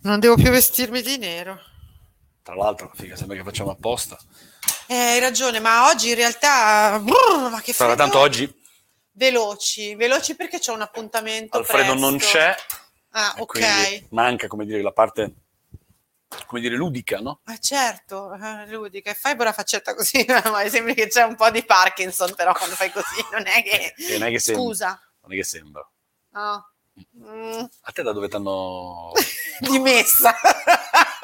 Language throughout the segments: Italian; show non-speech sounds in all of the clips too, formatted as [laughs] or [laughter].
Non devo più vestirmi di nero. Tra l'altro, figa, sembra che facciamo apposta. Eh, hai ragione, ma oggi in realtà... brrr, ma che Tra freddo! tanto oggi Veloci, veloci perché c'è un appuntamento Alfredo non presto. c'è, Ah, e ok. quindi manca, come dire, la parte, come dire, ludica, no? Ma certo, eh, ludica, e fai buona faccetta così, [laughs] ma sembri che c'è un po' di Parkinson, però quando fai così non è che... Eh, non è che sembra. Scusa. Non è che sembra. no. Mm, A te da [laughs] dove t'hanno... dimessa. [laughs]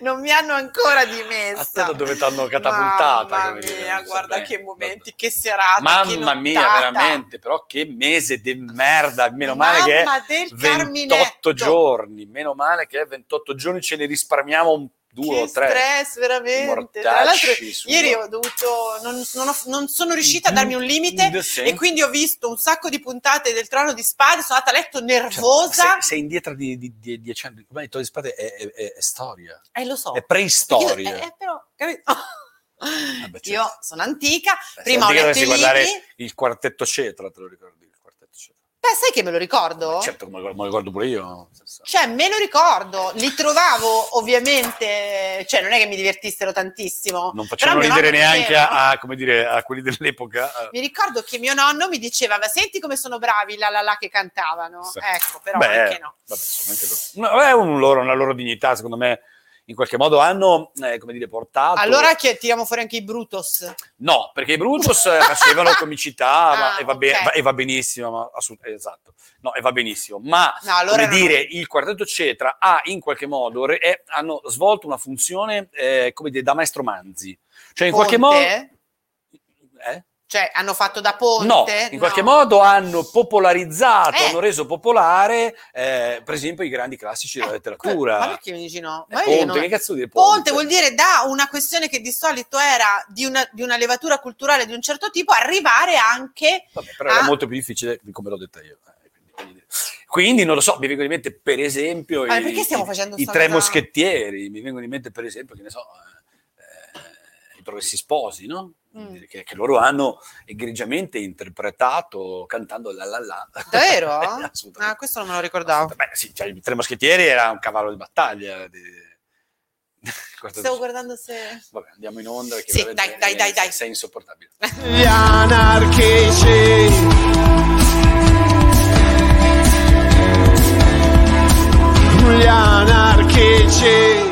non mi hanno ancora dimessa. A te da dove t'hanno catapultata, Mamma come dire, mia, non so guarda bene. che momenti, che serata. che Mamma nottata. mia, veramente, però che mese di merda, meno male che è Mamma del 28 Carminetto. giorni, meno male che è 28 giorni ce ne risparmiamo un- due Che o tre. stress, veramente. Mortacci Tra l'altro, sulla- ieri ho dovuto, non, non ho- non sono riuscita a Mm-hmm. darmi un limite. Sì. E quindi ho visto un sacco di puntate del Trono di Spade, sono andata a letto Cioè, nervosa. sei, sei indietro di, di, di- dieci anni. Ormai il Trono di Spade è, è- è- è storia, Eh, lo so. è Io- preistoria. eh, eh, però, capito? [laughs] certo. Io sono antica, Beh, prima senti ho Cioè, letto che dovresti i libri. guardare il quartetto cetra, te lo ricordi? Il quartetto cetra. Beh, sai che me lo ricordo? Ma Certo, come me lo ricordo pure io. no? Nel senso- Cioè, me lo ricordo, li trovavo ovviamente, cioè non è che mi divertissero tantissimo. però Non facevano mio ridere nonno neanche vedeva. a, a, come dire, a quelli dell'epoca. Mi ricordo che mio nonno mi diceva, ma senti come sono bravi la la la che cantavano. Sì. Ecco, però Beh, eh, anche no. vabbè, insomma, anche loro. No, è un loro- una loro dignità, secondo me, in qualche modo hanno, eh, come dire, portato... Allora che tiriamo fuori anche i Brutos. No, perché i Brutus eh, facevano comicità ma- Ah, e, va be- ok. va- e va benissimo, ma assolut- esatto, no, e va benissimo, ma No, allora come erano- dire, il quartetto Cetra ha in qualche modo, re- è- hanno svolto una funzione, eh, come dire, da maestro Manzi, cioè in qualche modo... Ponte? Eh? Cioè, hanno fatto da ponte? No, in qualche modo hanno popolarizzato, Eh. hanno reso popolare, eh, per esempio, i grandi classici della Eh, letteratura. Ma perché mi dici no? Ma Eh, io dico Ponte, no. che cazzo vuol dire Ponte Ponte? vuol dire da una questione che di solito era di una, di una levatura culturale di un certo tipo, arrivare anche... Vabbè, però era Ah. molto più difficile di come l'ho detta io. eh, Quindi, quindi- quindi non lo so, mi vengono in mente per esempio Ma i, Ah, perché stiamo facendo i- i sta tre cosa? moschettieri, mi vengono in mente per esempio, che ne so, eh, eh, i progressi sposi, no? Mm. Che, che loro hanno egregiamente interpretato cantando la la la. Eh, Davvero? [laughs] Ah, Assolutamente. questo non me lo ricordavo. Beh, sì, cioè, i tre moschettieri era un cavallo di battaglia. Di... [laughs] Guarda- Stavo guardando se... Vabbè, andiamo in onda perché Sì, veramente dai, dai, dai, dai. [laughs] sei insopportabile. gli anarchici. Gli anarchici.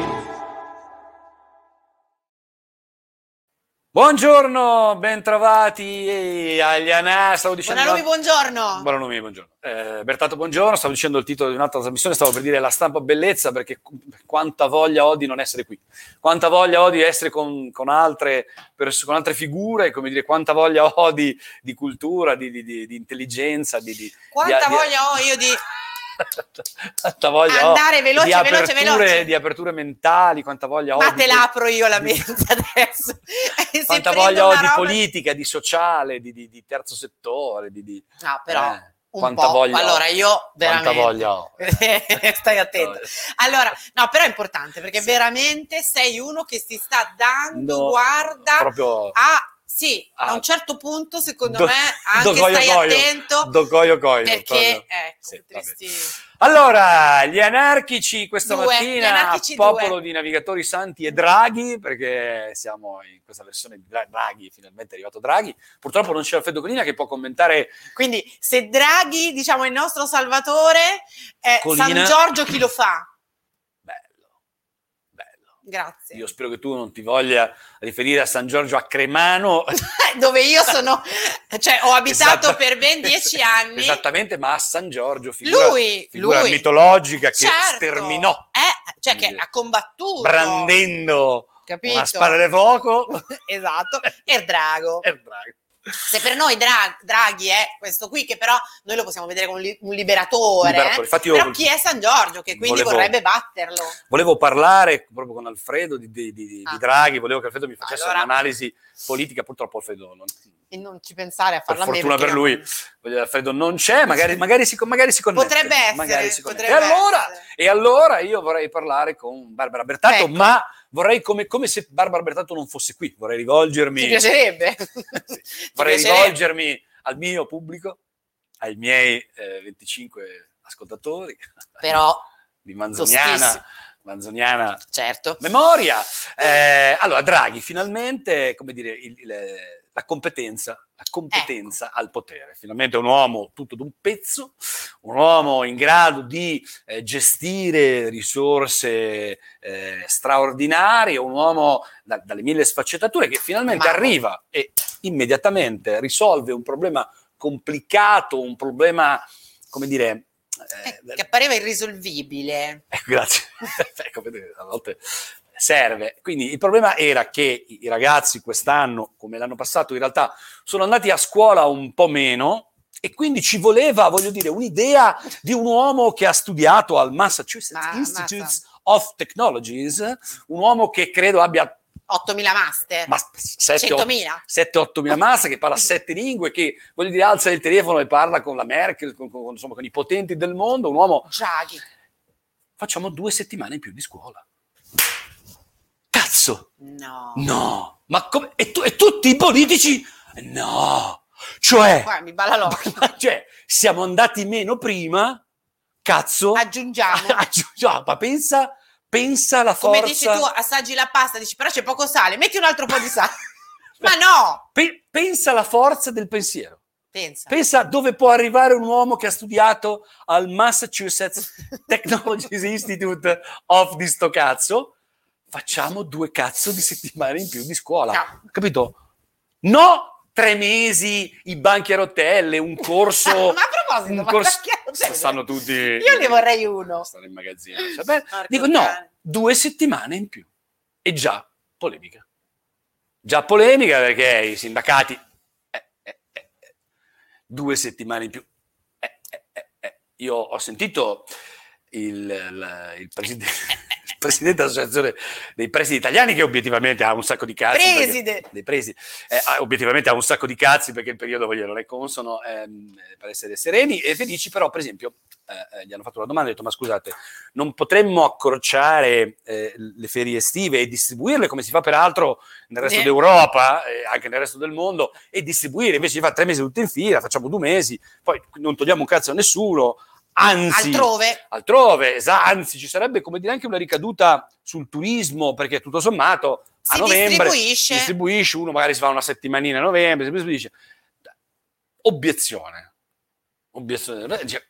Buongiorno, bentrovati eh, agli Anà. Stavo dicendo. Buonanotte, buongiorno. Buonanomi, buongiorno. Eh, Bertato, buongiorno. Stavo dicendo il titolo di un'altra trasmissione. Stavo per dire la stampa bellezza perché qu- quanta voglia ho di non essere qui. Quanta voglia ho di essere con, con altre, pers- con altre figure. Come dire, quanta voglia ho di, di cultura, di, di- di- di intelligenza. Di, di- [laughs] Quanta di- voglia ho io di... Quanta voglia ho Andare veloce, di veloce, aperture, veloce. Di aperture mentali. Quanta voglia ho Ma di te que- la apro io la di- [laughs] mente adesso. E se quanta prendo voglia ho una di roba- politica, di sociale, di, di- di terzo settore, di, di- No, però... eh, un quanta po'. voglia Allora, ho. io veramente... Quanta voglia ho. [laughs] Stai attento. Allora, no, però è importante perché veramente sei uno che si sta dando, No, guarda, Proprio a sì, a Ah. un certo punto, secondo Do- me, [laughs] anche do coio stai coio. attento do coio coio. perché proprio. ecco, Sì, che tristi- Allora, gli anarchici questa Due, gli mattina, anarchici popolo due. di navigatori santi e Draghi, perché siamo in questa versione di Dra- Draghi, finalmente è arrivato Draghi. Purtroppo non c'è Alfredo Colina che può commentare Quindi, se Draghi, diciamo, è il nostro salvatore, eh, Colina. San Giorgio chi lo fa? bello. Bello. Grazie. Io spero che tu non ti voglia riferire a San Giorgio a Cremano [laughs] [laughs] Dove io sono, cioè, ho abitato Esatto. per ben dieci [laughs] anni. Esattamente, ma a San Giorgio, figura, Lui, figura lui, mitologica che certo. sterminò, Eh, cioè, che ha combattuto. brandendo capito? una spada Eh. di fuoco. [laughs] esatto, e il drago. e Draghi. Se per noi Dra- Draghi è questo qui, che però noi lo possiamo vedere come un, li- un liberatore, eh. Liberatore. Infatti io però chi è San Giorgio che quindi volevo- vorrebbe batterlo? Volevo parlare proprio con Alfredo di, di- di- di Ah. Draghi, volevo che Alfredo mi facesse Allora. un'analisi politica, purtroppo Alfredo non, E non ci pensare a per farla a me, fortuna perché per lui, non- voglio dire, Alfredo non c'è, magari, magari, si, magari si connette. Potrebbe essere, magari si connette. potrebbe e, allora, essere. e allora io vorrei parlare con Barbara Bertato, Ecco. ma vorrei come, come se Barbara Bertato non fosse qui, vorrei rivolgermi... Ti [laughs] piacerebbe? Ti [laughs] piacerebbe? vorrei rivolgermi al mio pubblico, ai miei eh, 25 ascoltatori. Però di Manzoniana. Toschissimo. Manzoniana certo. memoria. Eh, allora, Draghi, finalmente, come dire, il- il- la competenza, la competenza al potere. Finalmente è un uomo tutto d'un pezzo, un uomo in grado di eh, gestire risorse eh, straordinarie, un uomo da- dalle mille sfaccettature che finalmente Mago. arriva e immediatamente risolve un problema complicato, un problema, come dire... eh, Eh, che appariva [laughs] irrisolvibile. Ecco, grazie. ecco, vedete, a volte serve. Quindi il problema era che i i ragazzi quest'anno, come l'anno passato, in realtà sono andati a scuola un po' meno e quindi ci voleva, voglio dire, un'idea di un uomo che ha studiato al Massachusetts Ma- Institute ammazza. of Technologies, un uomo che credo abbia 8.000 master. ma, 7 o 100.000. 7-8 mila massa che parla sette lingue, che voglio dire alza il telefono e parla con la Merkel, con- con- insomma, con i potenti del mondo, un uomo Draghi. facciamo due settimane in più di scuola. Cazzo! No. No! Ma come? E, tu- e tutti i politici? No! Cioè, Guarda, mi balla [laughs] l'occhio. cioè, siamo andati meno prima, cazzo! [laughs] Aggiungiamo. Aggiungiamo, ma pensa, pensa alla forza... Come dici tu, assaggi la pasta, dici però c'è poco sale, metti un altro po' di [laughs] sale. Ma no! Pe- pensa alla forza del pensiero. Pensa. Pensa dove può arrivare un uomo che ha studiato al Massachusetts Technologies Institute of di sto cazzo. Facciamo due cazzo di settimane in più di scuola. No. Capito? No, tre mesi, i banchi a rotelle, un [laughs] corso. Ma a proposito, un ma corso. perché a rotelle? Sanno tutti. Io ne vorrei uno. Stanno in magazzino. cioè, beh, Porca dico no, cane. due settimane in più. E già polemica. Già polemica perché i sindacati... eh, eh, eh, eh, due settimane in più. Eh, eh, eh, eh. Io ho sentito il, la- il presidente... [laughs] il presidente dell'associazione dei presidi italiani che obiettivamente ha un sacco di cazzi perché- Preside. dei presi. Eh, ah, obiettivamente ha un sacco di cazzi perché il periodo voglio, dire, non è consono ehm, per essere sereni e felici, però per esempio eh, eh, gli hanno fatto una domanda e hanno detto ma scusate, non potremmo accorciare eh, le ferie estive e distribuirle come si fa peraltro nel resto Sì. d'Europa, eh, anche nel resto del mondo, e distribuire invece di fare tre mesi tutti in fila, facciamo due mesi, poi non togliamo un cazzo a nessuno, anzi Altrove. altrove, esa- anzi ci sarebbe come dire anche una ricaduta sul turismo perché tutto sommato a Si novembre distribuisce. distribuisce, uno magari si fa una settimanina a novembre, si distribuisce. Obiezione. Obiezione. Cioè,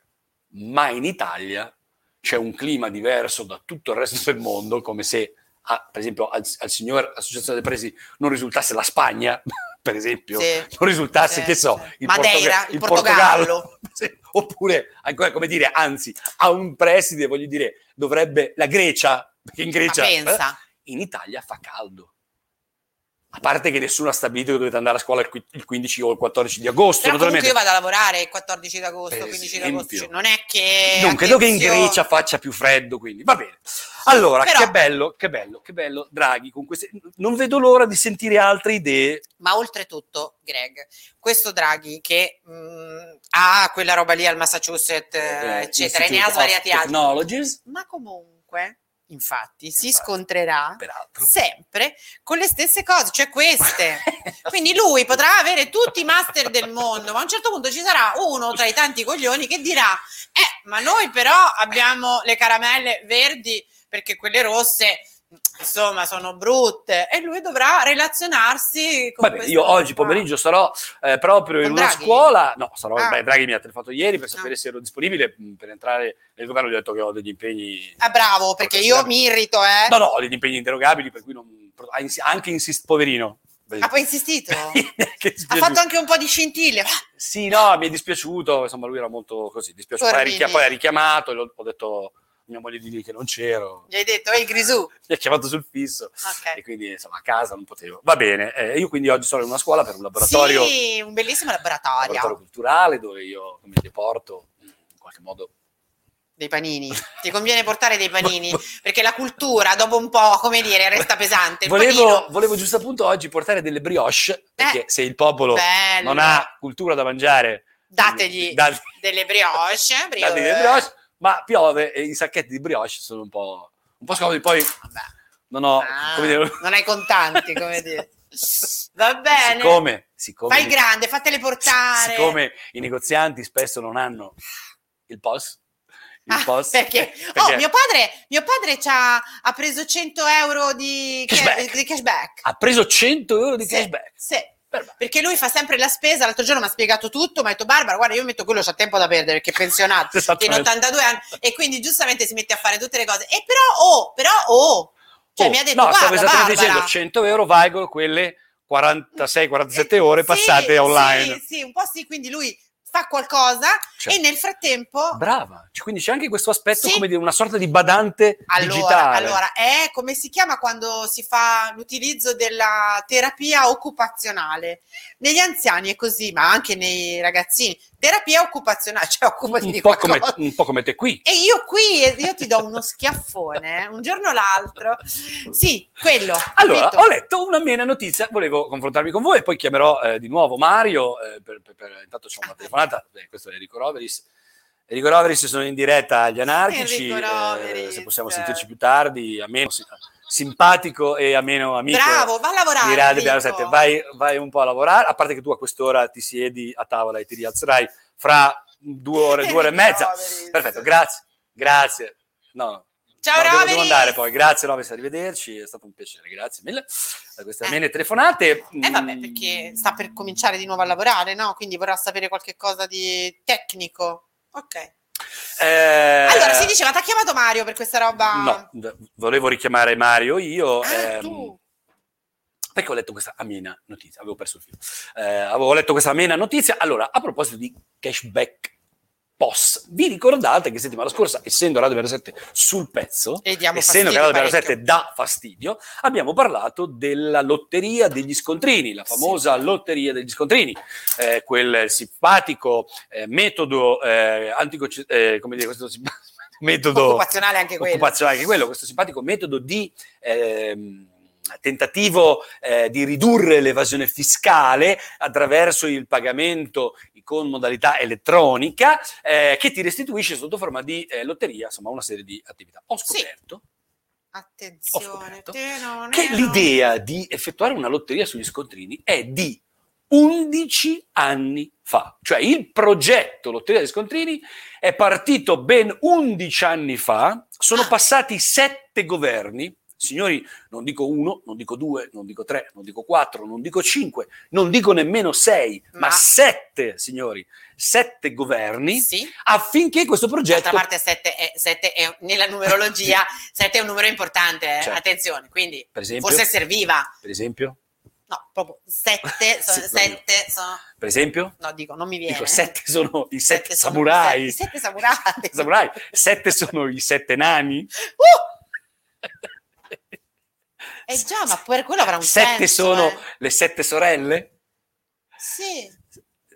ma in Italia c'è un clima diverso da tutto il resto del mondo, come se a- per esempio al, al signor Associazione dei Presi non risultasse la Spagna, [laughs] per esempio, Sì. non risultasse, Sì, che so, sì. Madeira, il Portogallo. [laughs] Sì, Oppure, ancora come dire, anzi, a un preside, voglio dire, dovrebbe la Grecia, perché in Ma Grecia pensa. in Italia fa caldo. A parte che nessuno ha stabilito che dovete andare a scuola il qui- il 15 o il 14 di agosto, Però comunque io naturalmente. Eh, vado a lavorare il 14 d'agosto, Per 15 esempio. d'agosto. cioè, non è che... Non credo che in attenzione. Grecia faccia più freddo, quindi va bene. Allora, Però- che bello, che bello, che bello, Draghi, con queste... non vedo l'ora di sentire altre idee. Ma oltretutto, Greg, questo Draghi che mh, ha quella roba lì al Massachusetts, eh, eh, eccetera, e ne Institute ha of svariati altri. Technologies, Ma comunque, infatti, si Infatti. scontrerà peraltro. sempre con le stesse cose, cioè queste. Quindi lui potrà avere tutti i master del mondo, ma a un certo punto ci sarà uno tra i tanti coglioni che dirà: Eh, ma noi però abbiamo le caramelle verdi perché quelle rosse. Insomma, sono brutte e lui dovrà relazionarsi con Vabbè, questa io oggi roba. pomeriggio sarò eh, proprio Con in una Draghi? scuola. No, sarò. Ah. beh, Draghi mi ha telefonato ieri per sapere Ah. se ero disponibile mh, per entrare nel governo. Gli ho detto che ho degli impegni. Ah, bravo, perché io mi irrito, eh. No, no, ho degli impegni inderogabili, per cui non. ha ins- Anche insist, poverino. Ha [laughs] poi insistito. ha Che dispiaciuto. fatto anche un po' di scintille. Ah, Sì, no, mi è dispiaciuto. Insomma, lui era molto così. Dispiaciuto. Poi ha, Corvini. richi- poi ha richiamato e l'ho- ho detto a mia moglie di dire che non c'ero. Gli Eh. hai detto, ehi Grisù. Mi ha chiamato sul fisso. Ok. E quindi, insomma, a casa non potevo. Va bene. eh, io quindi oggi sono in una scuola per un laboratorio. Sì, un bellissimo un laboratorio. laboratorio culturale dove io come dire, porto mh, in qualche modo Dei panini. Ti [laughs] conviene portare dei panini, perché la cultura dopo un po', come dire, resta pesante. Il volevo, panino- Eh. volevo giusto appunto oggi portare delle brioche perché se il popolo Bello. non ha cultura da mangiare [laughs] Dategli dat- delle brioche. brioche. dategli delle brioche ma piove e i sacchetti di brioche sono un po', un po scomodi poi Vabbè. non ho Ah, come dire, non hai contanti, come [laughs] dire. Va bene. siccome, siccome Fai grande, fatele portare. siccome i negozianti spesso non hanno il POS il Ah, post. perché, [laughs] Perché Oh, mio padre, mio padre c'ha- ha preso 100 euro di ca- di Cashback. cashback. ha preso 100 euro di Sì, cashback. sì. Perfetto. Perché lui fa sempre la spesa. L'altro giorno mi ha spiegato tutto. Mi ha detto, Barbara, guarda, io metto quello, c'ha tempo da perdere perché è pensionato. Tiene Esattamente. 82 anni e quindi giustamente si mette a fare tutte le cose. E però, oh, però, oh, cioè Oh, mi ha detto, no, guarda, stavo esattamente Barbara." dicendo 100 euro valgono quelle 46-47 ore Eh, Sì, passate online. Sì, sì, un po' sì. Quindi lui fa qualcosa Cioè, e nel frattempo. Brava, Cioè, quindi c'è anche questo aspetto Sì. come dire una sorta di badante Allora, digitale. allora, è come si chiama quando si fa l'utilizzo della terapia occupazionale? Negli anziani è così, ma anche nei ragazzini. Terapia occupazionale, [laughs] cioè occupati un, di po come, qualcosa. un po' come te qui. E io qui, eh, io ti do uno schiaffone, eh, un giorno o l'altro. Sì, quello. Allora, capito? ho letto una mena notizia, volevo confrontarmi con voi, poi chiamerò eh, di nuovo Mario, eh, per, per- per- intanto c'è una telefonata, Beh, questo è Enrico Roveris. Enrico Roveris sono in diretta agli anarchici, Enrico eh, Roveris. se possiamo sentirci più tardi, a meno si- simpatico e a meno amico. Bravo, va a lavorare. di Radio Piano Enrico. 7. Vai, vai un po' a lavorare, a parte che tu a quest'ora ti siedi a tavola e ti rialzerai fra due ore, due ore [laughs] e mezza. Roveris. Perfetto, grazie, grazie. No, Ciao, no, devo- devo, Roveris. andare poi. Grazie Rovis, arrivederci, è stato un piacere, grazie mille a queste Eh. amene telefonate. mm, Eh vabbè, perché sta per cominciare di nuovo a lavorare, no? Quindi vorrà sapere qualche cosa di tecnico. Ok. Eh, Allora, si diceva, ti ha chiamato Mario per questa roba? No, d- volevo richiamare Mario io. Ah, ehm, tu. Perché ho letto questa amena notizia, avevo perso il filo. Eh, avevo letto questa amena notizia. Allora, a proposito di cashback POS, vi ricordate che settimana scorsa, essendo Radio Vero 7 sul pezzo, E diamo essendo che fastidio Radio Vero parecchio. 7 dà fastidio, abbiamo parlato della lotteria degli scontrini, la famosa lotteria degli scontrini, eh, quel simpatico eh, metodo eh, anticoncep- eh, come dire, questo simp- [laughs] metodo Occupazionale anche quello. occupazionale, anche quello, questo simpatico metodo di ehm, tentativo eh, di ridurre l'evasione fiscale attraverso il pagamento con modalità elettronica eh, che ti restituisce sotto forma di eh, lotteria, insomma una serie di attività. Ho Sì. scoperto Ho Attenzione. scoperto te non che è- l'idea di effettuare una lotteria sugli scontrini è di 11 anni fa, cioè il progetto Lotteria degli Scontrini è partito ben 11 anni fa, sono Ah. passati sette governi, signori, non dico uno, non dico due, non dico tre, non dico quattro, non dico cinque, non dico nemmeno sei, ma, Ma- sette, signori, sette governi Sì. affinché questo progetto... D'altra parte 7 è, sette è- nella [laughs] numerologia 7 è un numero importante, eh. Certo. attenziva, quindi Per esempio, forse serviva. per esempio, No, proprio 7 [laughs] sono, Sì, sette sono- per esempio, no dico, non mi viene. dico, sette sono i sette, Sette sono- samurai. sette- sette samurai. [laughs] samurai. Sette sono i sette nani. Uh! [laughs] Eh già, ma per quello avrà un Sette senso, sono eh. le sette sorelle. Sì.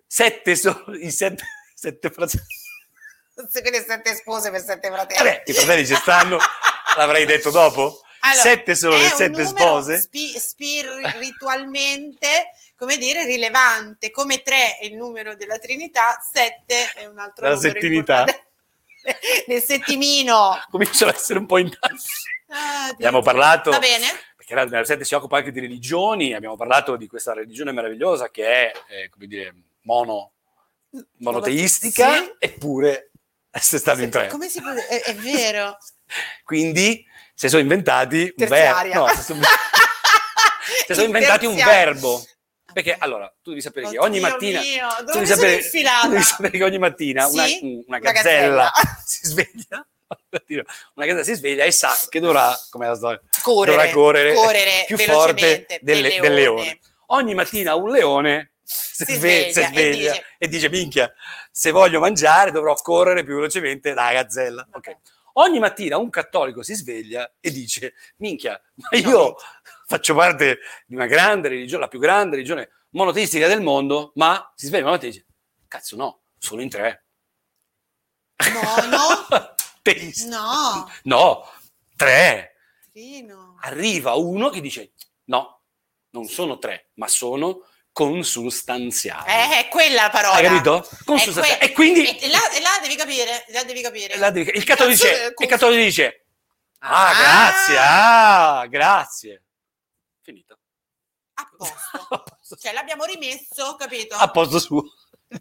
Sette sono i sette, sette fratelli. Quindi sette spose per sette fratelli. Vabbè, i fratelli ci [laughs] stanno, l'avrei detto dopo. Allora, sette sono è le un sette numero spose. spi- spiritualmente, come dire, rilevante. Come tre è il numero della Trinità, sette è un altro Della numero settinità. importante. [laughs] Del settimino. [laughs] Cominciano ad essere [laughs] un po' in Ah, Dio. Abbiamo parlato Va bene? perché la Nella 7 si occupa anche di religioni, abbiamo parlato di questa religione meravigliosa che è, eh, come dire, mono- monoteistica, Sì. eppure se stanno in tre. Come si può dire? Eh. È, è [laughs] vero. Quindi se sono inventati un verbo. Terziaria. No, [laughs] se sono, se sono inventati un Terziaria. verbo. Perché allora, tu devi sapere che ogni Oddio mattina... mio, dove Tu devi mi sono sapere, infilata? tu [laughs] devi sapere che ogni mattina una, Sì, una una gazzella [laughs] gazzella. si sveglia. Una gazzella si sveglia e sa che dovrà, come la storia, correre, dovrà correre più forte velocemente, delle- del leone. Ogni mattina un leone si, Si sve- si sveglia, sveglia e e, dice- dice, minchia, se voglio mangiare dovrò correre più velocemente della gazzella. Ok. Ogni mattina un cattolico si sveglia e dice, minchia, ma No, io minchia. faccio parte di una grande religione, la più grande religione monoteistica del mondo, ma si sveglia una mattina e dice, cazzo no, sono in tre. [laughs] Mono, [laughs] Teista. no, No, tre. Trino. arriva uno che dice no, non sono tre, ma sono consustanziali. Eh, è quella la parola. Hai capito? È Consustanziali. que- e quindi e là, e là devi capire, là devi capire. la- il cattolico dice, Cazzo, eh, il cattolico dice ah, Ah. grazie, ah, grazie. Finito. [laughs] A posto. Cioè l'abbiamo rimesso, capito? A posto suo.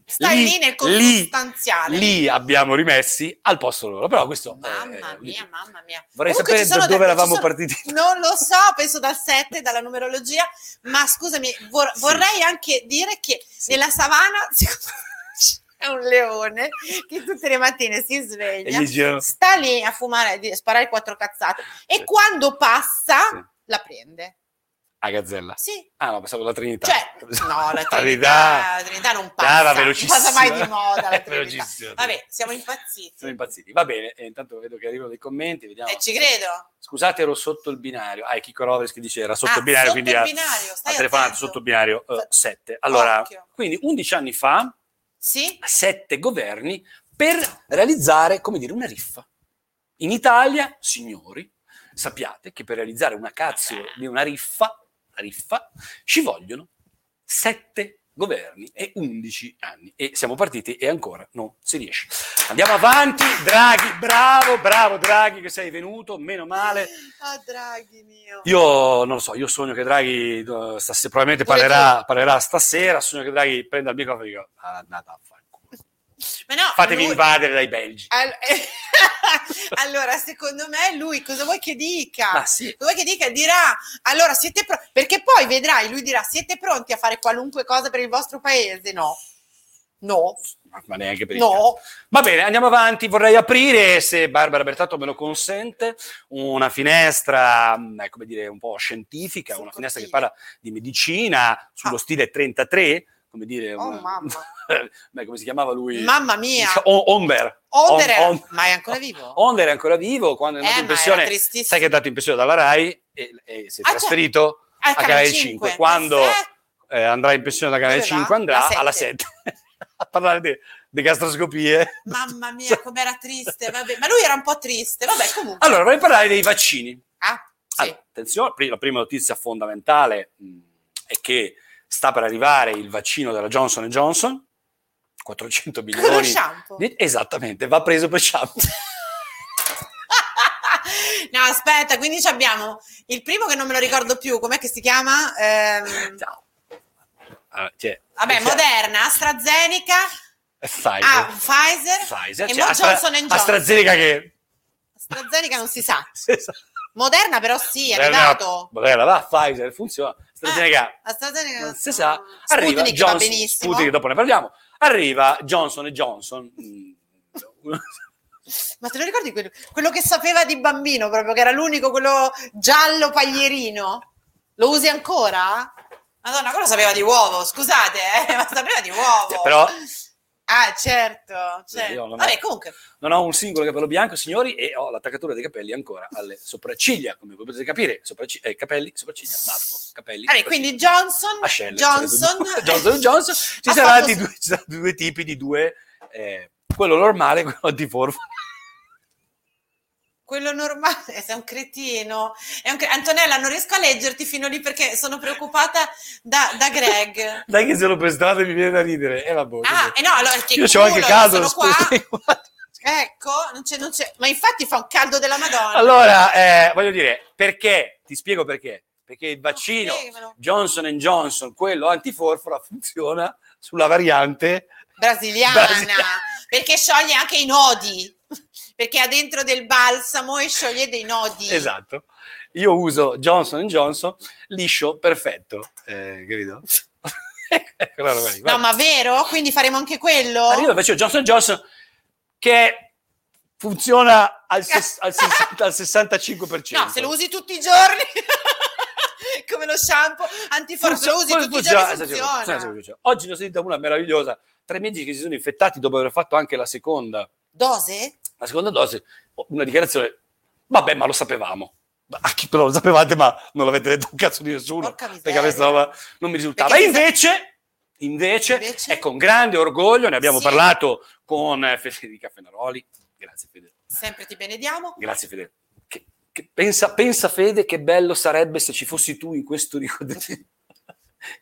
Stai lì, nel consustanziale. lì abbiamo rimessi al posto loro. Però questo... eh, Mamma mia, voglio dire, mamma mia. Vorrei Comunque sapere ci da sono dove delle- ci eravamo sono- partiti. Non lo so, penso dal 7, dalla numerologia, ma scusami, vor- Sì. vorrei anche dire che nella savana [laughs] secondo me, c'è un leone che tutte le mattine si E sveglia, gli girano. sta lì a fumare, a dire- sparare quattro cazzate e Sì. quando passa Sì. la prende. A Gazzella. Sì. Ah no, pensavo alla Trinità. Cioè, [laughs] no, la Trinità, la Trinità non Ah, passa, va non velocissima. passa mai di [laughs] moda la È Trinità. velocissima. Vabbè, siamo impazziti. Sono impazziti. Va bene, e intanto vedo che arrivano dei commenti, vediamo. Eh, ci credo. Scusate, ero sotto il binario. Ah, è Chico Rovers che dice era sotto Ah, il binario, sotto quindi il ha- binario, ha stai telefonato attento. sotto il binario Fa- 7. Allora, Occhio. quindi 11 anni fa, Sì? sette governi per realizzare, come dire, una riffa. In Italia, signori, sappiate che per realizzare una cazzo Ah. di una riffa, una riffa, ci vogliono sette governi e 11 anni. E siamo partiti e ancora non si riesce. Andiamo avanti, Draghi, bravo, bravo Draghi che sei venuto, meno male. Ah, Draghi mio. Io non lo so, io sogno che Draghi eh, stasera, probabilmente Pure parlerà, parlerà stasera, sogno che Draghi prenda il microfono e dica, "Ah, andate a fare il culo". Ma no, Fatevi lui- invadere dai belgi. Al- [laughs] allora, secondo me lui cosa vuoi che dica? Ma sì. Cosa vuoi che dica? Dirà, allora siete pronti, perché poi vedrai, lui dirà, siete pronti a fare qualunque cosa per il vostro paese? No. No. Ma neanche per il cazzo. No. Va bene, andiamo avanti. Vorrei aprire, se Barbara Bertato me lo consente, una finestra, mh, eh, come dire, un po' scientifica, Sul una finestra che cortile. parla di medicina, sullo Ah. stile 33, come dire... Oh una- mamma. [laughs] Beh, come si chiamava lui? Mamma mia. O- Onder. Onder è- On- ma è ancora vivo? Onder è ancora vivo, quando è Eh, andato in ma era pensione, tristissimo. sai che è andato in pensione dalla RAI e, e si è Ah, cioè, trasferito Al a Canale 5. Quando eh, andrà in pensione da Canale Dove va? 5 andrà La alla sette. 7 [laughs] a parlare di di gastroscopie. [laughs] Mamma mia, com'era triste, vabbè. ma lui era un po' triste, vabbè, comunque. Allora, vorrei parlare dei vaccini. Ah, sì. Allora, attenzione, pri- la prima notizia fondamentale mh, è che sta per arrivare il vaccino della Johnson Johnson, 400 Con lo milioni. shampoo. di- Esattamente, va preso [laughs] per shampoo. no, aspetta, quindi ci abbiamo il primo che non me lo ricordo più, com'è che si chiama? Ehm, Ciao. Allora, cioè, vabbè, cioè, Moderna, AstraZeneca, Pfizer. ah, Pfizer, Pfizer, e cioè, mo Astra- Johnson Johnson. AstraZeneca che... AstraZeneca non si sa. Moderna però sì, è Moderna- arrivato. Moderna Eh, va, Pfizer funziona. AstraZeneca AstraZeneca non si sa. Sputnik Arriva va Johnson, benissimo. Sputnik, dopo ne parliamo. Arriva Johnson [laughs] Johnson. mm, Ma te lo ricordi quello, quello che sapeva di bambino proprio, che era l'unico, quello giallo paglierino? Lo usi ancora? Madonna, quello sapeva di uovo, scusate, eh, [laughs] ma sapeva di uovo. Eh, però- Ah, certo, certo. Io non- Vabbè, comunque, Non ho un singolo capello bianco, signori, e ho l'attaccatura dei capelli ancora alle sopracciglia, come voi potete capire. Sopracci- eh, capelli, sopracciglia, barbo, capelli. vabbè, sopracciglia, quindi Johnson, ascelle, Johnson, [laughs] Johnson, Johnson. Ci Ha saranno fatto- di due, ci saranno due tipi di due, eh, quello normale e quello antiforme. [laughs] quello normale, eh, sei un cretino. È un cre- Antonella, non riesco a leggerti fino lì perché sono preoccupata da, da Greg. [laughs] Dai che se lo per strada mi viene da ridere. E vabbè. Ah, e no, allora che io c'ho culo, anche io caldo. sono qua. [laughs] scusa. Ecco, non c'è, non c'è, ma infatti fa un caldo della Madonna. Allora, eh, voglio dire, perché? Ti spiego perché. Perché il vaccino Spiegalo. Johnson Johnson, quello antiforfora, [laughs] funziona sulla variante. brasiliana, Brasiliana. perché scioglie anche i nodi, perché ha dentro del balsamo e scioglie dei nodi. Esatto. Io uso Johnson Johnson liscio perfetto, eh, capito? [laughs] Eccola roba lì, No, guarda. ma boh. vero? Quindi faremo anche quello? Arriva invece Johnson Johnson che funziona [laughs] al, ses- al sessanta- al 65%. No, se lo usi tutti i giorni, [laughs] come lo shampoo, antiforzo, se lo usi tutti i eh, ah, giorni funziona. funziona. Oggi ne ho sentita una meravigliosa. Tre miei amici che si sono infettati dopo aver fatto anche la seconda, Dose? la seconda dose, una dichiarazione. Vabbè, ma lo sapevamo. Ma A chi però lo sapevate, ma non l'avete detto un cazzo di nessuno. Porca miseria. Perché questa roba non mi risultava. Perché e mi sa- invece, invece, Invece? è con grande orgoglio, ne abbiamo Sì. parlato con eh, Federica Fenaroli. Grazie Fede, Sempre ti benediamo. grazie Fede. Che- che- pensa, pensa Fede che bello sarebbe se ci fossi tu in questo ricordo. [laughs]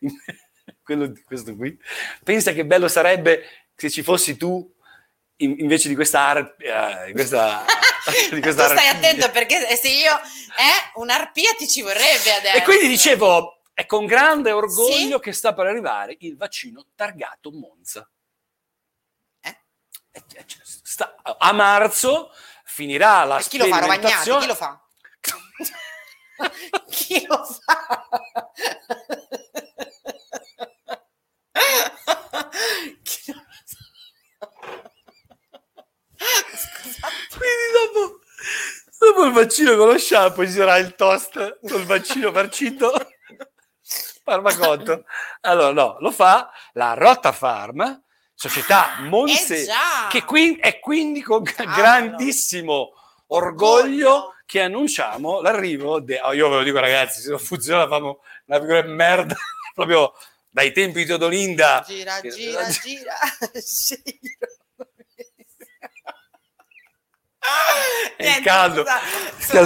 in- quello di questo qui. Pensa che bello sarebbe se ci fossi tu in- invece di questa ar- eh, [laughs] di questa di tu questa stai arpia. attento perché se io... Eh, un'arpia ti ci vorrebbe adesso. E quindi dicevo, è con grande orgoglio Sì. che sta per arrivare il vaccino targato Monza. eh, eh, cioè, sta- a marzo finirà la Ma chi lo fa? Rovagnati? Chi sperimentazione. lo fa? [laughs] chi lo fa? Chi lo Quindi dopo, dopo il vaccino con lo shampoo ci sarà il toast col vaccino farcito. Farmacotto. Allora, no, lo fa la Rotta Farm, società Monse, Eh già! che qui, è quindi con Cavolo. grandissimo orgoglio, Orgoglio. che annunciamo l'arrivo. De- oh, io ve lo dico, ragazzi, se non funziona, famo una figura di merda [laughs] proprio dai tempi di Teodolinda. Gira, Che- gira, gira, gira. È Niente, caldo. scusa, Sto-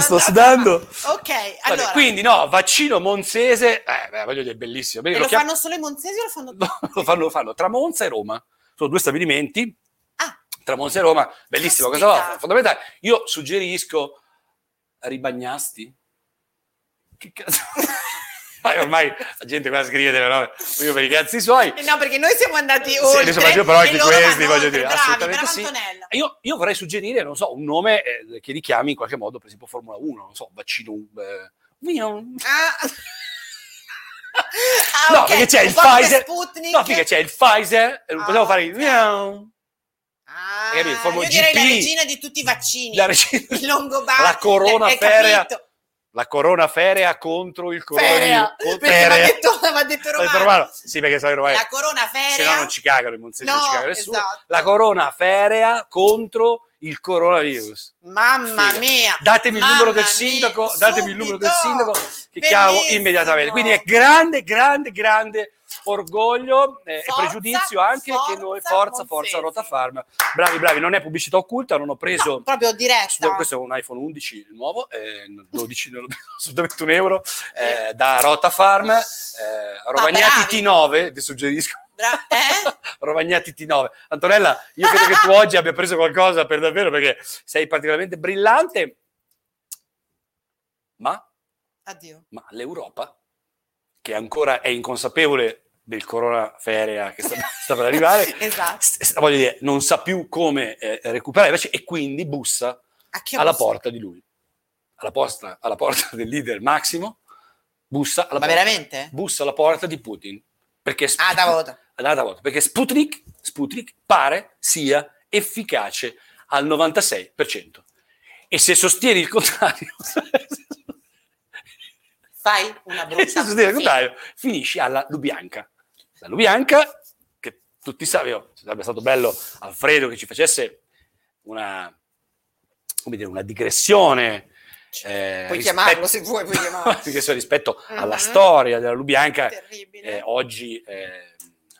sono sto andata- sudando. Ok, Vabbè, allora, quindi no, vaccino monzese, eh, beh, voglio dire, è bellissimo. Bene, e lo lo chiam- fanno solo i monzesi o lo fanno [laughs] lo fanno, lo fanno tra Monza e Roma. Sono due stabilimenti. Ah. Tra Monza e Roma, bellissima cosa Caspita. fa- fondamentale. Io suggerisco ribagnasti. Che cazzo? [laughs] Ah, Ormai la gente va a scrivere, no? io per i cazzi suoi. Eh No, perché noi siamo andati Sì, oltre. insomma, io però e anche loro questi, vanno voglio oltre. dire, bravi, assolutamente brava sì. Antonella. Io, io vorrei suggerire, non so, un nome eh, che richiami in qualche modo, per esempio Formula 1, non so, vaccino... eh, Mion. Ah. Ah, [laughs] no, ok, perché c'è un il po' come Pfizer. Sputnik. No, perché c'è il Pfizer, e non Ah, possiamo fare il ok. miau. Ah, Magari il formo io direi la GP. regina di tutti i vaccini. La regina- [laughs] il Longobardi. La corona eh, ferrea. capito. La corona ferea contro il corona Ferea. contro- Perché ferea. m'ha detto, m'ha detto Ho detto Romano. romano. Sì, perché sai romano. La corona Se ferea. no non ci cagano i monzesi, non No, ci caga nessuno. esatto. La corona ferea contro il coronavirus. Mamma Figa. mia. Datemi il Mamma numero del mia, sindaco, datemi il numero del subito. sindaco che chiamo Bellissimo. immediatamente. Quindi è grande, grande, grande orgoglio eh, Forza, e pregiudizio anche forza, che noi, forza, Monzesi. forza, Rota Farm. Bravi, bravi, non è pubblicità occulta, non ho preso... No, proprio diretta. Questo è un iPhone 11 il nuovo, eh, 12, non lo- [laughs] assolutamente un euro, eh, da Rota Farm, eh, Rovagnati bravi. T9, ti suggerisco. [laughs] Bra- eh? Rovagnati T9. Antonella, io credo che tu oggi abbia preso qualcosa per davvero perché sei particolarmente brillante. Ma, Addio. ma l'Europa, che ancora è inconsapevole del corona ferea che sta, [laughs] sta per arrivare, [laughs] Esatto. s- s- voglio dire, non sa più come eh, recuperare invece, e quindi bussa A chi ho alla visto? porta di lui, alla porta, alla porta del leader Massimo, bussa alla, Ma porta, veramente? bussa alla porta di Putin. Perché, Sp- Ah, da voto. Alla Davot, perché Sputnik, Sputnik pare sia efficace al 96%. E se sostieni il contrario, [laughs] Fai una e [laughs] se brutta. sostieni il Sì. contrario finisci alla Lubianca. La Lubianca, che tutti sapevano, sarebbe stato bello Alfredo che ci facesse una, come dire, una digressione eh, Cioè, Puoi rispetto- chiamarlo se vuoi, [laughs] puoi chiamarlo. Perché se rispetto alla Mhm. storia della Lubianca, Terribile. eh, oggi eh,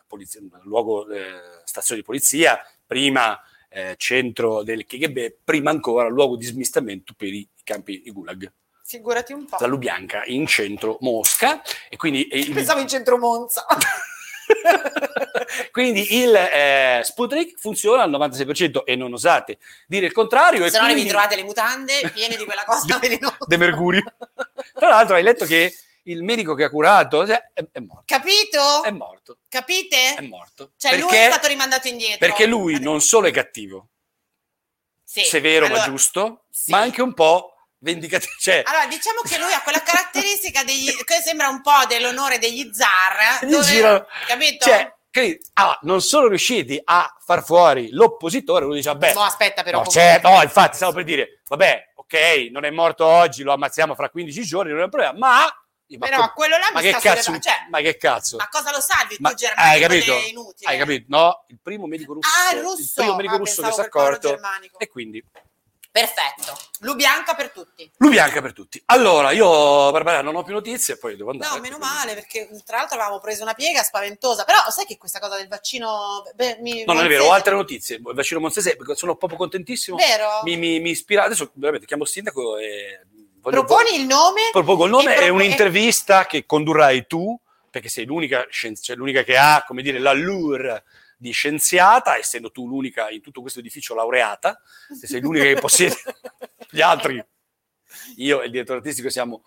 polizia- luogo, eh, stazione di polizia, prima eh, centro del KGB, prima ancora luogo di smistamento per i campi di Gulag. Figurati un po'. La Lubianca in centro Mosca e quindi... e il- Pensavo in centro Monza. [laughs] Quindi il eh, Sputnik funziona al 96% e non osate dire il contrario. e Se no ne vi quindi- trovate le mutande piene di quella cosa velenosa. [laughs] De mercurio. Tra l'altro hai letto che il medico che ha curato cioè, è, è morto. Capito? È morto. Capite? È morto. Cioè lui è stato rimandato indietro. perché lui non solo è cattivo, Sì. severo Allora- ma giusto, sì. ma anche un po' vendicativo. Cioè, Allora, diciamo che lui ha quella caratteristica [laughs] degli, che sembra un po' dell'onore degli zar. gli dove- girano- Capito? cioè, quindi, ah, non sono riusciti a far fuori l'oppositore, lui dice, vabbè, no, aspetta però. no, comunque. certo, no, infatti, stavo per dire, vabbè, ok, non è morto oggi, lo ammazziamo fra 15 giorni, non è un problema, ma... ma Però com- quello là ma mi che sta cazzo? sulle- cioè, ma che cazzo? ma cosa lo salvi tu, Ma- Germanico? hai capito? È inutile. Hai capito? No, il primo medico russo. Ah, il russo. Il primo medico Ah, russo che pensavo si è per quello accorto. germanico. E quindi, Perfetto. Lubianca per tutti. Lubianca per tutti. Allora, io, Barbara, non ho più notizie, poi devo andare. eh, No, meno male, perché tra l'altro avevamo preso una piega spaventosa. Però sai che questa cosa del vaccino... beh, mi- No, non è vero, ho monzese- altre notizie. Il vaccino Monzese, sono proprio contentissimo. Vero? Mi, mi- mi ispira. Adesso veramente chiamo il sindaco e. voglio- Proponi il nome? Propongo il nome, E è propo- un'intervista che condurrai tu, perché sei l'unica, scien- cioè l'unica che ha, come dire, l'allure di scienziata, essendo tu l'unica in tutto questo edificio laureata, se sei l'unica che [laughs] possiede gli altri. Io e il direttore artistico siamo,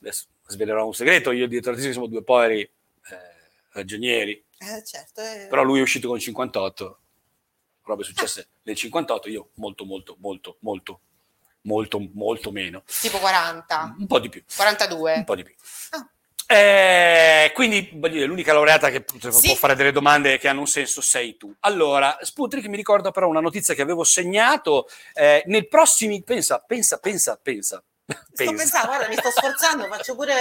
adesso svelerò un segreto, io e il direttore artistico siamo due poveri eh, ragionieri, Eh, certo. eh. però lui è uscito con 58. robe successe nel 58, io molto, molto, molto, molto, molto, molto meno. Tipo 40, Un po' di più. Un 42. po' di più. Ah. Eh, quindi voglio dire, l'unica laureata che p- Sì. può fare delle domande che hanno un senso sei tu. Allora, Sputnik mi ricorda però una notizia che avevo segnato. eh, nel prossimo, pensa, pensa, pensa, pensa. Sto Pensa, pensando, guarda, mi sto sforzando, faccio pure...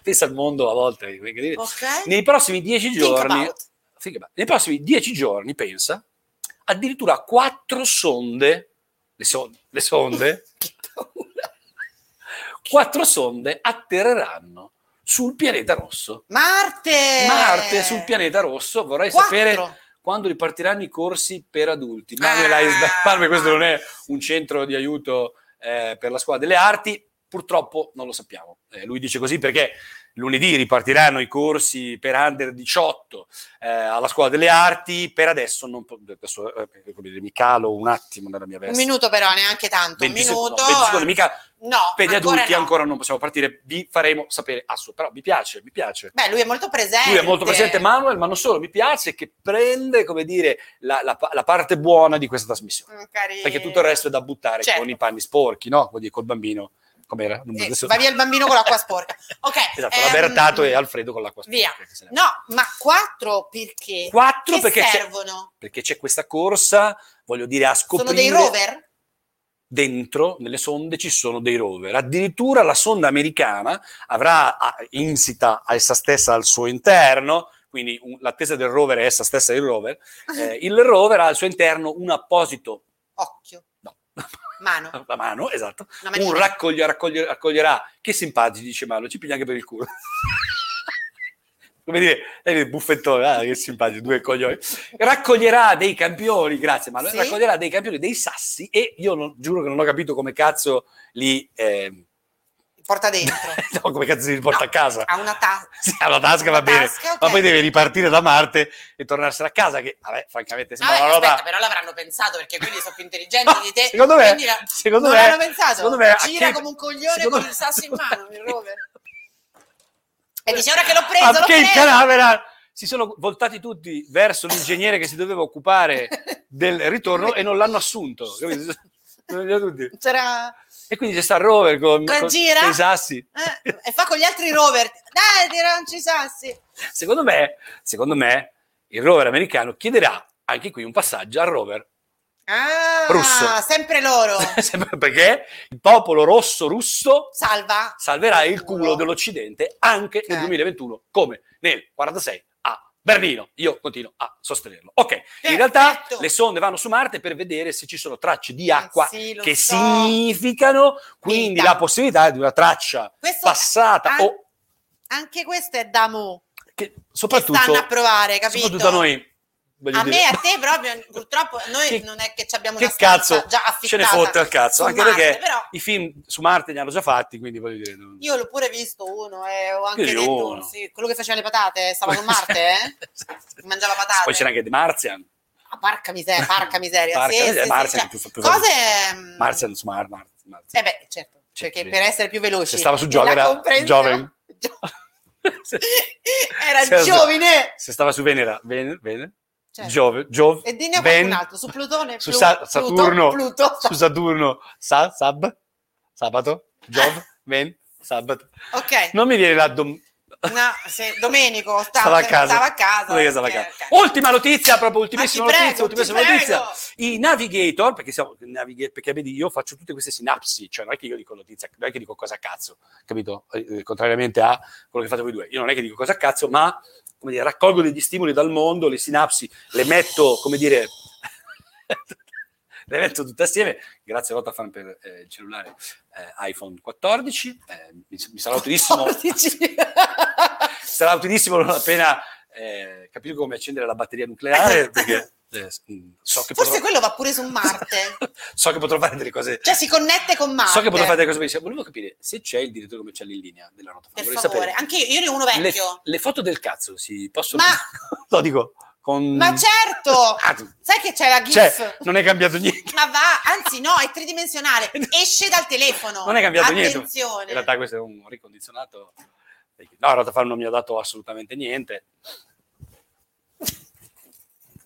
[laughs] pensa al mondo a volte. incredibile. Ok? Nei prossimi dieci Think giorni, about. think about- nei prossimi dieci giorni, pensa, addirittura quattro sonde, le, son- le sonde, Che paura. quattro sonde atterreranno sul pianeta rosso. Marte! Marte sul pianeta rosso, vorrei Eh. Quattro. sapere quando ripartiranno i corsi per adulti. Ah. Manuel Eisbarbe, questo non è un centro di aiuto eh, per la scuola delle arti, purtroppo non lo sappiamo. Eh, lui dice così perché lunedì ripartiranno i corsi per under 18 eh, alla scuola delle arti, per adesso non po- adesso, eh, come dire, mi calo un attimo nella mia Un veste. minuto però, neanche tanto, un 20 sec- minuto. no, 20 secondi, mica No, per gli ancora adulti no. ancora non possiamo partire, vi faremo sapere assolutamente, però mi piace, mi piace. Beh, lui è molto presente. Lui è molto presente Manuel, ma non solo, mi piace che prende, come dire, la, la pa- la parte buona di questa trasmissione. Mm, Carino. Perché tutto il resto è da buttare Certo. con i panni sporchi, no? Vuol dire col bambino, com'era? Non mi- Eh, adesso- va via [laughs] il bambino con l'acqua sporca. Ok. Esatto, ehm, la Bertato e Alfredo con l'acqua sporca. Via. che se ne- No, ma quattro perché? Quattro che perché c'è, servono? perché c'è questa corsa, voglio dire, a scoprire... Sono dei rover? dentro nelle sonde ci sono dei rover. Addirittura la sonda americana avrà ah, insita a essa stessa al suo interno, quindi un- l'attesa del rover è essa stessa il rover. eh, il rover ha al suo interno un apposito Occhio, no, [laughs] mano, la mano, esatto, una un manina. raccoglie, raccoglie- raccoglierà, che simpatici dice Mano, ci piglia anche per [laughs] il culo. Come dire, è il buffettone, ah, che simpatici, due coglioni. Raccoglierà dei campioni, grazie Mano, Sì. raccoglierà dei campioni, dei sassi e io non- giuro che non ho capito come cazzo li... eh, Porta dentro. [laughs] no, come cazzo li porta a casa. Ha una tasca. [laughs] Sì, ha la tasca, va Una bene, tasca, ok. ma poi deve ripartire da Marte e tornarsene a casa, che, vabbè, francamente sembra Vabbè, una roba... eh, aspetta, però l'avranno pensato perché quelli sono più intelligenti di te. Secondo me, quindi la- secondo non me, l'hanno pensato. secondo me, Gira a che- come un coglione secondo con me- il sasso in mano, [laughs] il rover. E dice ora che l'ho preso, l'ho Perché il preso. Canavera si sono voltati tutti verso l'ingegnere che si doveva occupare [laughs] del ritorno e non l'hanno assunto. capito? Sono andati tutti. C'era- E quindi c'è sta il rover con, Che con gira? i sassi. eh, e fa con gli altri rover. Dai, tiranci i sassi. Secondo me, secondo me, il rover americano chiederà anche qui un passaggio al rover [laughs] Ah, Russo. sempre loro. Sempre perché il popolo rosso russo Salva. salverà il Culo. culo dell'Occidente anche nel Ok. 2021, come nel 46 a Berlino. Io continuo a sostenerlo. Ok, in Perfetto. realtà le sonde vanno su Marte per vedere se ci sono tracce di acqua Eh, Sì, lo che so. significano quindi Vita. la possibilità di una traccia Questo- passata an- o Anche questo è da mo. che Che soprattutto, stanno a provare, capito? soprattutto a noi. voglio A dire, me e a te proprio, [laughs] purtroppo, noi Che- non è che ci abbiamo che una stanza cazzo già ce affittata. ne fotte al cazzo, su anche Marte, perché Però i film su Marte li hanno già fatti, quindi voglio dire... non- io l'ho pure visto uno e ho anche Io detto, uno. sì, quello che faceva le patate, stava con Marte, [laughs] eh? Mangiava patate. Poi c'era anche The Martian. Ah, parca miseria, parca miseria. Parca sì, miseria, sì, sì, Martian cioè, più- più- più- cose... mm, Martian su Mar- Mar- Martian. Eh beh, certo, perché Sì. per essere più veloci. Se stava su nella Giove era comprensione- Giove. [laughs] Se- [laughs] Era se- giovine. Se stava su Venera, Venere, Venere, Certo. Giove, Giove, E dinne a Ven- qualcun altro, su Plutone, su Plu- Sa- Pluto, Saturno, Pluto. su Saturno, Sa- Sab, Sabato, Giove, [laughs] Ven, Sabato. Ok. Non mi viene la dom- No, se- Domenico sta- stava a casa. stava a casa, Non è che stava a perché- casa. Oh, ok. Ultima notizia, proprio ultimissima Ma ti notizia, prego, ultimissima ti notizia. prego. I navigator, perché, siamo, naviga- perché vedi, io faccio tutte queste sinapsi, cioè non è che io dico notizia, non è che dico cosa cazzo, capito? Eh, eh, contrariamente a quello che fate voi due, io non è che dico cosa cazzo, ma come dire, raccolgo degli stimoli dal mondo, le sinapsi le metto, come dire, [laughs] le metto tutte assieme. Grazie Rotafan per eh, il cellulare eh, iPhone 14, eh, mi, mi [laughs] sarà utilissimo Oh, Dici- sarà utilissimo non appena eh, capito come accendere la batteria nucleare perché eh, [laughs] so, Forse che potrò, quello va pure su Marte. [laughs] so che potrò fare delle cose Cioè si connette con Marte. so che potrò fare delle cose bellissime. volevo capire se c'è il direttore commerciale in linea della nota Per Volevo favore, sapere. anche io, io ne ho uno le, vecchio. le foto del cazzo si possono [laughs] Ma- lo dico con Ma certo! Ah, tu- Sai che c'è la GIF? cioè, non è [laughs] cambiato niente Ma va, anzi no, è [laughs] tridimensionale. Esce dal telefono. non è cambiato niente Attenzione. in realtà questo è un ricondizionato no Rotafan non mi ha dato assolutamente niente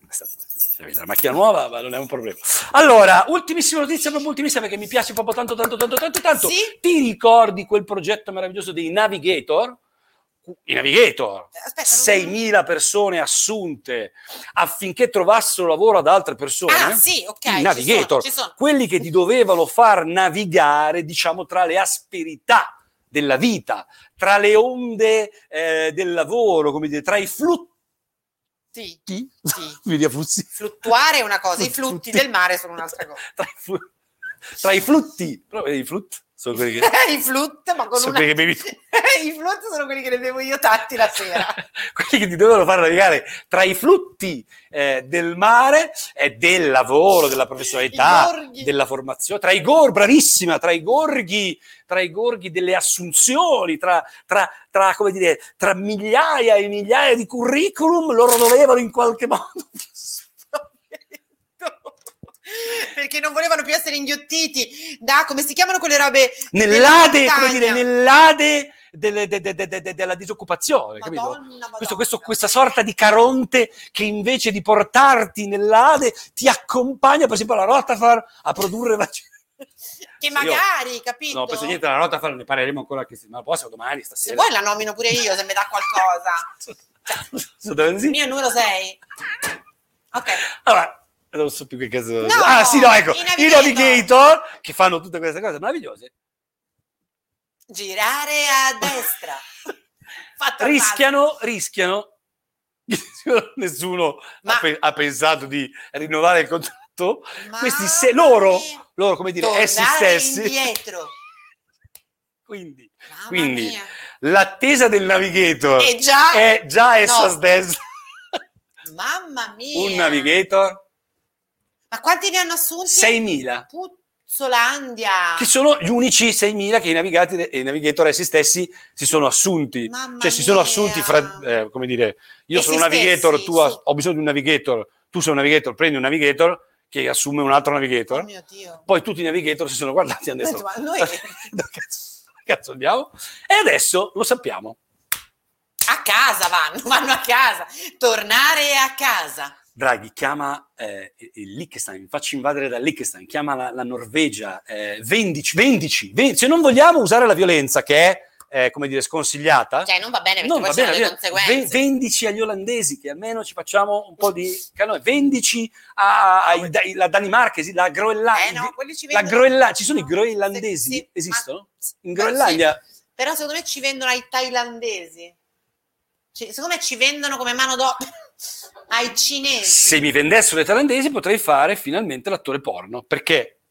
Se avete una macchina nuova, ma non è un problema. Allora, ultimissima notizia, proprio ultimissima, perché mi piace proprio tanto, tanto, tanto, tanto, tanto. Sì? Ti ricordi quel progetto meraviglioso dei Navigator? I Navigator, Aspetta, 6.000 persone assunte affinché trovassero lavoro ad altre persone. Ah, sì, ok. I ci eh. sono, Navigator, ci sono. quelli che ti dovevano far navigare, diciamo, tra le asperità della vita, tra le onde eh, del lavoro, come dire, tra i flutti. Sì. Sì. [laughs] Mi dia flussi. Fluttuare è una cosa, i Flutti. flutti del mare sono un'altra [laughs] cosa. Tra i, flu- tra i flutti. Proprio i flut. Sono [laughs] quelli che. Eh, I flut, ma con sono una... quelli che bevi tu. [laughs] I flut sono quelli che ne bevo io tatti la sera. quelli che ti dovevano far navigare tra i flutti eh, del mare e del lavoro, della I professionalità, gorghi. della formazione, tra i gorghi, bravissima, tra i gorghi, tra i gorghi delle assunzioni, tra, tra- tra, come dire, tra migliaia e migliaia di curriculum, loro dovevano in qualche [laughs] modo... [laughs] Perché non volevano più essere inghiottiti da come si chiamano quelle robe Nell'ade, Della come dire, montagna. nell'ade delle- de- de- de- de- de- della disoccupazione, capito? Madonna, Madonna. Questo- questo- questa sorta di caronte che invece di portarti nell'ade ti accompagna, per esempio, alla Rotafar a produrre vaccini. che magari, capito? No, penso niente alla Rotafar, ne parleremo ancora che settimana prossima, domani, Se stasera. vuoi la nomino pure io se mi dà qualcosa. Cioè, Assolutamente sì. Il mio numero 6. Ok. Allora, non so più che cazzo. No, ah, sì, no, ecco. i I Navigator. Navigator che fanno tutte queste cose meravigliose Girare a destra. Fatto al rischiano, rischiano. [laughs] Nessuno Ma- ha, pe- ha pensato di rinnovare il contratto. mare. Ma- Questi se- loro, loro, come dire, eh, essi Tornare stessi. indietro. [laughs] Quindi Mamma Quindi, mia. l'attesa del navigator E già è già essa No. [laughs] stessa. Mamma mia. Un navigator, Ma quanti ne hanno assunti? 6.000, Puzzolandia. che sono gli unici 6.000 che i, navigati, e i navigator essi stessi si sono assunti. Mamma cioè, si sono mia. Oh, assunti fra, eh, come dire, io Essi sono un navigator, stessi, tu ha- sì. ho bisogno di un navigator, tu sei un navigator, prendi un navigator che assume un altro Oh navigator. mio Dio. Poi tutti i navigator si sono guardati e hanno detto: Ma noi- [laughs] "Dove cazzo, dove cazzo andiamo? E adesso lo sappiamo. A casa vanno, [laughs] vanno a casa. Tornare a casa. Draghi chiama eh, il Liechtenstein, facci invadere dal Liechtenstein, chiama la, la Norvegia, eh, vendici, vendici, ven- se non vogliamo usare la violenza che è, eh, come dire, sconsigliata, Cioè, non va bene perché Eh? non poi va ci sono bene, le va bene. conseguenze. Ven- vendici agli olandesi che almeno ci facciamo un po' di canone, vendici a, ai- dai- la Danimarca, esi- la Groenlandia, Eh no, quelli ci la vendono. Groenlandia, ci sono i No, groenlandesi? sì, sì, Esistono? ma- in però Groenlandia, sì, Però secondo me ci vendono ai thailandesi. Ci- secondo me ci vendono come mano d'opera [laughs] ai cinesi. se mi vendessero le thailandesi potrei fare finalmente l'attore porno, perché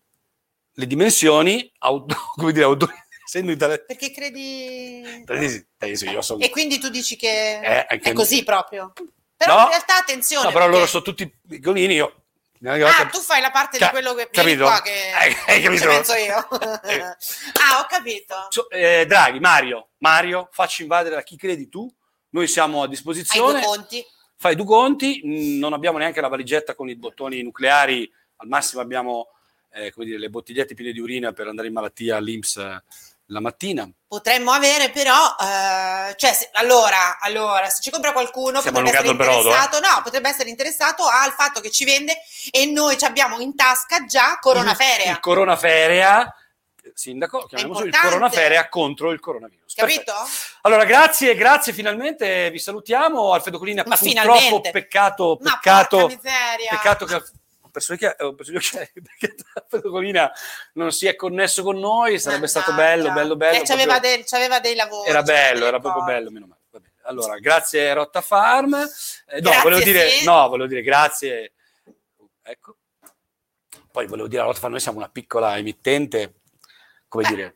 le dimensioni, auto- [laughs] come dire, auto- essendo in Thailandia, Perché credi... Thailandesi- thailandesi io sono... E quindi tu dici che Eh, anche- è così proprio. Però No. in realtà attenzione. No, però loro perché- sono tutti piccolini, io... Ah, tu fai la parte Ca- di quello che capito? vieni qua che [laughs] Hai- hai capito? ci penso io. [laughs] Eh. ah, ho capito. So- eh, Draghi, Mario, Mario, facci invadere da chi credi tu, noi siamo a Hai due disposizione, conti. fai due conti, mh, non abbiamo neanche la valigetta con i bottoni nucleari, al massimo abbiamo eh, come dire, le bottigliette piene di urina per andare in malattia all'Inps eh, la mattina. Potremmo avere però, eh, cioè, se- allora, allora, se ci compra qualcuno Stiamo potrebbe essere allungando il brodo, interessato, no, potrebbe essere interessato al fatto che ci vende e noi ci abbiamo in tasca già Il coronaferea, coronaferia, sindaco, chiamiamo il importante. coronaferia contro il coronavirus. capito? Perfetto. Allora, grazie, grazie, finalmente vi salutiamo. Alfredo Colina, Ma purtroppo, finalmente. peccato, Ma peccato, porca miseria. peccato che eh, ho perso gli occhiali- ho perso gli occhiali [laughs] perché Alfredo Colina non si è connesso con noi, sarebbe stato Mannaggia. bello, bello, Ah, bello. Eh, c'aveva, proprio- del- c'aveva dei lavori. Era c'aveva bello, delle era proprio cose. bello, meno male. Va bene. Allora, grazie Rotta Farm. Eh, no, Grazie, volevo dire, sì. no, volevo dire grazie. Ecco. Poi volevo dire a Rotta Farm, noi siamo una piccola emittente, come Beh, dire,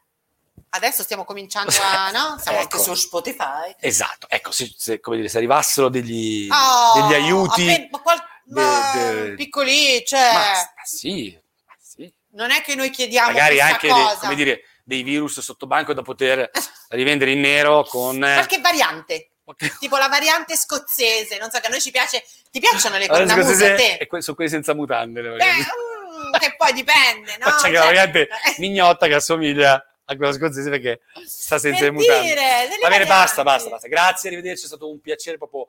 Adesso stiamo cominciando [laughs] a, no? Siamo Ecco. anche su Spotify. Esatto, ecco, se, se- come dire, se arrivassero degli, Oh, degli aiuti... appen- ma qual- ma de- de- piccoli, cioè, Ma, ma sì, ma sì. non è che noi chiediamo magari chissà anche dei, cosa. come dire, dei virus sotto banco da poter rivendere in nero con... eh, Qualche variante, qualche- tipo la variante scozzese, non so che a noi ci piace, ti piacciono le Allora, cornamuse scozzese a te? è que- sono quelli senza mutande. le Beh, varianti. mm, che poi dipende, no? C'è anche la Cioè, [laughs] variante eh, mignotta che assomiglia a quella scozzese perché sta senza per le mutande. dire, delle Va bene, basta, varianti. basta, basta. Grazie, arrivederci, è stato un piacere proprio